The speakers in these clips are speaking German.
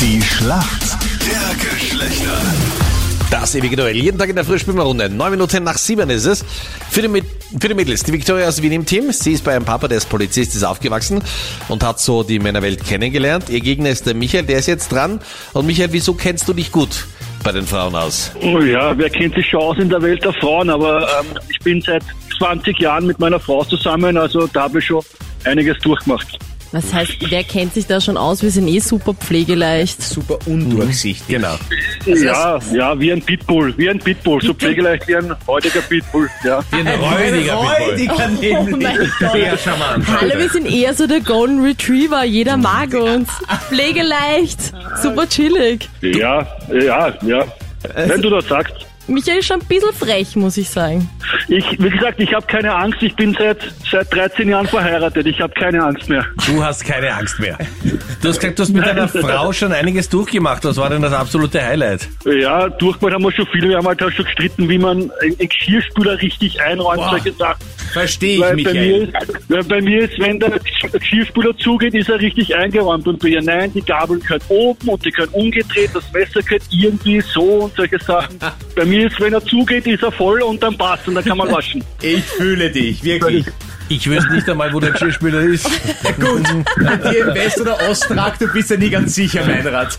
Die Schlacht der Geschlechter. Das ewige Duell. Jeden Tag in der Frühspielrunde. Neun Minuten nach sieben ist es. Für die, Mit- für die Mädels, die Victoria aus Wien im Team. Sie ist bei ihrem Papa, der ist Polizist, ist aufgewachsen und hat so die Männerwelt kennengelernt. Ihr Gegner ist der Michael, der ist jetzt dran. Und Michael, wieso kennst du dich gut bei den Frauen aus? Oh ja, wer kennt sich schon aus in der Welt der Frauen, aber ähm, ich bin seit 20 Jahren mit meiner Frau zusammen, also da habe ich schon einiges durchgemacht. Das heißt, wer kennt sich da schon aus? Wir sind eh super pflegeleicht. super undurchsichtig. Genau. Ja, ja, wie ein Pitbull, wie ein Pitbull, so pflegeleicht wie ein heutiger Pitbull, ja. Wie ein räudiger räudiger Oh nämlich. Sehr charmant. Alle, wir sind eher so der Golden Retriever. Jeder mag uns. Pflegeleicht. Super chillig. Ja, ja, ja. Wenn du das sagst. Michael ist schon ein bisschen frech, muss ich sagen. Ich, wie gesagt, ich habe keine Angst, ich bin seit, seit 13 Jahren verheiratet, ich habe keine Angst mehr. Du hast keine Angst mehr. Du hast gesagt, du hast mit deiner Frau schon einiges durchgemacht. Was war denn das absolute Highlight? Ja, durchgemacht haben wir schon viel, wir haben halt auch schon gestritten, wie man einen einen Geschirrspüler richtig einräumt, Boah. solche Sachen. Verstehe ich, Weil bei, mir Michael. ist, weil bei mir ist, wenn der Gesch- Geschirrspüler zugeht, ist er richtig eingeräumt. Und bei ihr, nein, die Gabeln können oben und die können umgedreht, das Messer gehört irgendwie so und solche Sachen. bei mir ist, wenn er zugeht, ist er voll und dann passt und dann kann man waschen. Ich fühle dich, wirklich. Ich wüsste nicht einmal, wo der Geschirrspüler ist. Gut, mit dir im West- oder Osttrakt, du bist ja nie ganz sicher, Meinrad.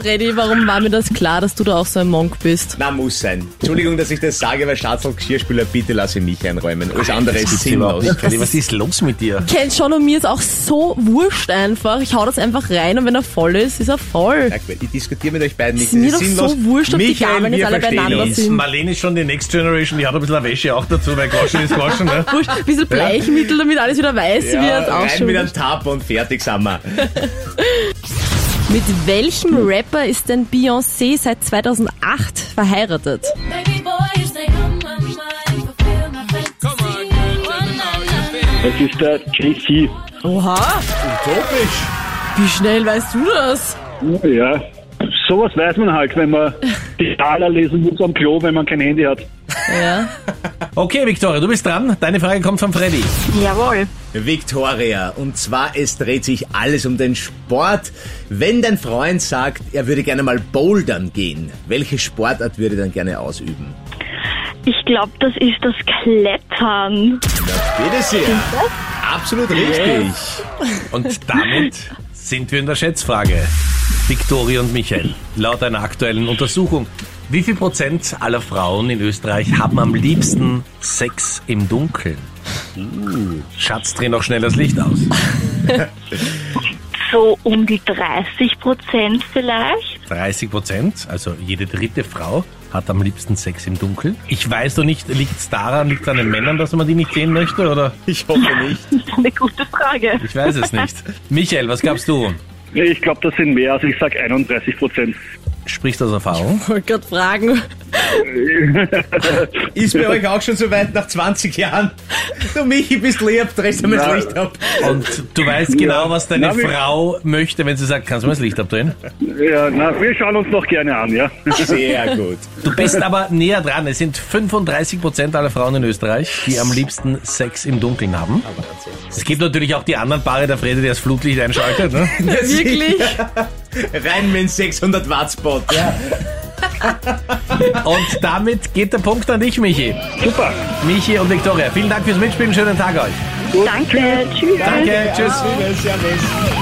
Freddy, warum war mir das klar, dass du da auch so ein Monk bist? Na, muss sein. Entschuldigung, dass ich das sage, weil Schatzel Geschirrspüler, bitte lass ihn nicht einräumen. Alles andere ist sinnlos. Was ist los mit dir? Kennt schon und mir ist auch so wurscht einfach. Ich hau das einfach rein und wenn er voll ist, ist er voll. Merkwürdig. Ich diskutiere mit euch beiden nicht. Ist mir Das doch so wurscht, ob die Michael, Gabeln jetzt wir alle verstehen beieinander uns. sind. Marlene ist schon die Next Generation. Die hat ein bisschen Wäsche auch dazu, weil Goschen ist Goschen. Ne? Wurscht, ein bisschen Bleichmittel, damit alles wieder weiß wird. Ja, Auch rein schon mit wieder. einem Tab und fertig sind wir. Mit welchem Hm. Rapper ist denn Beyoncé seit 2008 verheiratet? Baby boy, you stay on my mind, fulfill my fantasy. Oh, Come on, One night, night. Das ist der JC. Oha, Utopisch. wie schnell weißt du das? Ja, sowas weiß man halt, wenn man die Taler lesen muss am Klo, wenn man kein Handy hat. Ja. Okay, Victoria, du bist dran. Deine Frage kommt von Freddy. Victoria, und zwar, es dreht sich alles um den Sport. Wenn dein Freund sagt, er würde gerne mal bouldern gehen, welche Sportart würde er dann gerne ausüben? Ich glaube, das ist das Klettern. Bitte sehr. Absolut richtig. Und damit sind wir in der Schätzfrage. Victoria und Michael, laut einer aktuellen Untersuchung, wie viel Prozent aller Frauen in Österreich haben am liebsten Sex im Dunkeln? Uh. Schatz, dreh noch schnell das Licht aus. So um die 30 Prozent vielleicht. 30 Prozent, also jede dritte Frau, hat am liebsten Sex im Dunkeln. Ich weiß doch nicht, liegt's daran, liegt's an den Männern, dass man die nicht sehen möchte, oder? Ich hoffe nicht. Das ist eine gute Frage. Ich weiß es nicht. Michael, was gabst du? Ich glaube, das sind mehr, also ich sag 31 Prozent. Sprichst du aus Erfahrung? Wollte gerade fragen. Ist bei euch auch schon so weit nach 20 Jahren. Du Michi bist lieb, drehst einmal das Na. Licht ab. Und du weißt genau, was deine Na, wir- Frau möchte, wenn sie sagt, kannst du mir das Licht abdrehen? Ja, na, wir schauen uns noch gerne an, ja. Sehr gut. Du bist aber näher dran. Es sind 35 Prozent aller Frauen in Österreich, die am liebsten Sex im Dunkeln haben. Es gibt natürlich auch die anderen Paare der Frede, der das Flutlicht einschaltet. Ne? Wirklich? Rein mit dem 600 Watt Spot. Ja. Und damit geht der Punkt an dich, Michi. Super. Michi und Viktoria, vielen Dank fürs Mitspielen. Schönen Tag euch. Danke. Tschüss. Danke, tschüss. Servus.